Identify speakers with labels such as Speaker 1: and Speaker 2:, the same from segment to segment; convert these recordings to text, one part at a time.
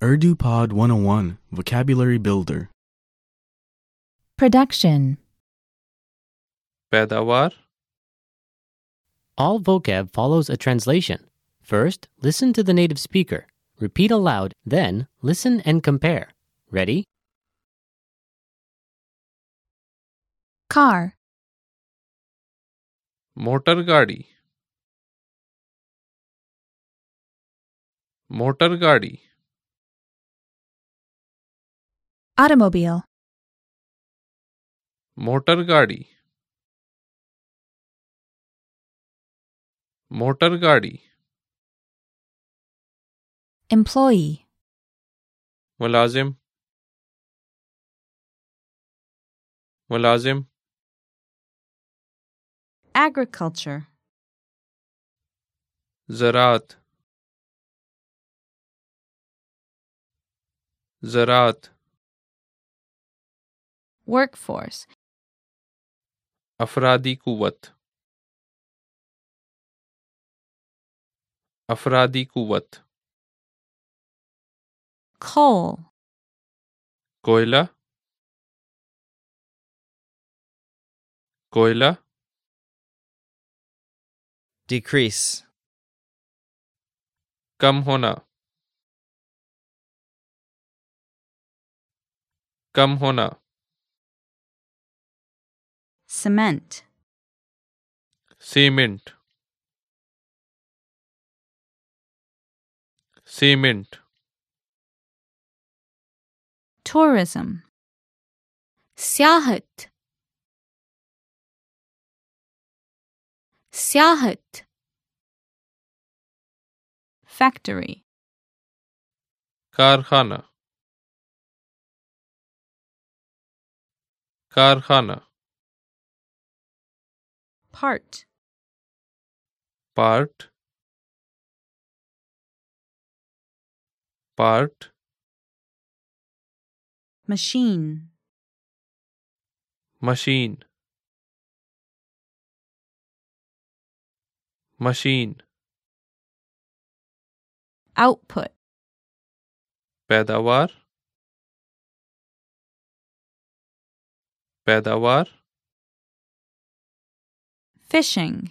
Speaker 1: UrduPod 101 Vocabulary Builder
Speaker 2: Production.
Speaker 3: پیداوار
Speaker 4: All vocab follows a translation. First, listen to the native speaker. Repeat aloud, then, listen and compare. Ready?
Speaker 2: Car.
Speaker 3: Motor गाड़ी motor गाड़ी
Speaker 2: Automobile.
Speaker 3: Motor गाड़ी motor गाड़ी
Speaker 2: Employee.
Speaker 3: मुलाजिम मुलाजिम
Speaker 2: Agriculture.
Speaker 3: زراعت زراعت
Speaker 2: Workforce.
Speaker 3: افرادی قوت افرادی قوت
Speaker 2: Coal.
Speaker 3: कोयला कोयला
Speaker 5: decrease,
Speaker 3: कम होना कम होना
Speaker 2: Cement.
Speaker 3: Cement cement
Speaker 2: Tourism.
Speaker 6: سیاحت سیاحت
Speaker 2: Factory.
Speaker 3: कारखाना कारखाना
Speaker 2: Part.
Speaker 3: part part
Speaker 2: Machine.
Speaker 3: machine machine
Speaker 2: Output.
Speaker 3: पैदावार पैदावार
Speaker 2: Fishing.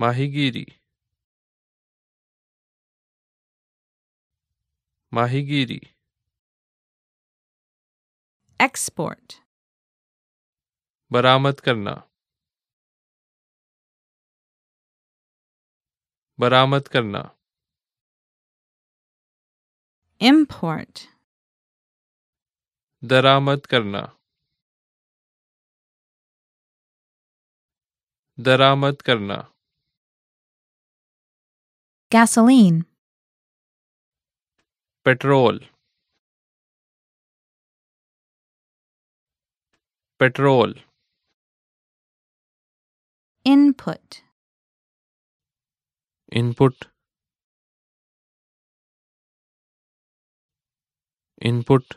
Speaker 3: माहीगीरी माहीगीरी
Speaker 2: Export.
Speaker 3: बरामद करना बरामद करना
Speaker 2: Import.
Speaker 3: दरामद करना दरामद करना
Speaker 2: Gasoline.
Speaker 3: Petrol petrol
Speaker 2: Input.
Speaker 3: Input input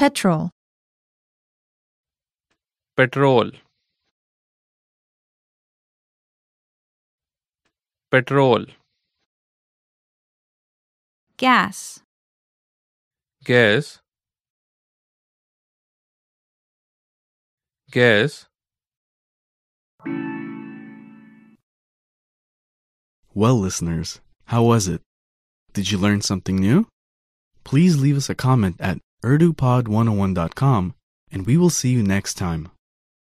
Speaker 2: Petrol.
Speaker 3: Petrol petrol
Speaker 2: Gas.
Speaker 3: Gas gas
Speaker 1: Well, listeners, how was it? Did you learn something new? oh Please leave us a comment at urdupod101.com and we will see you next time.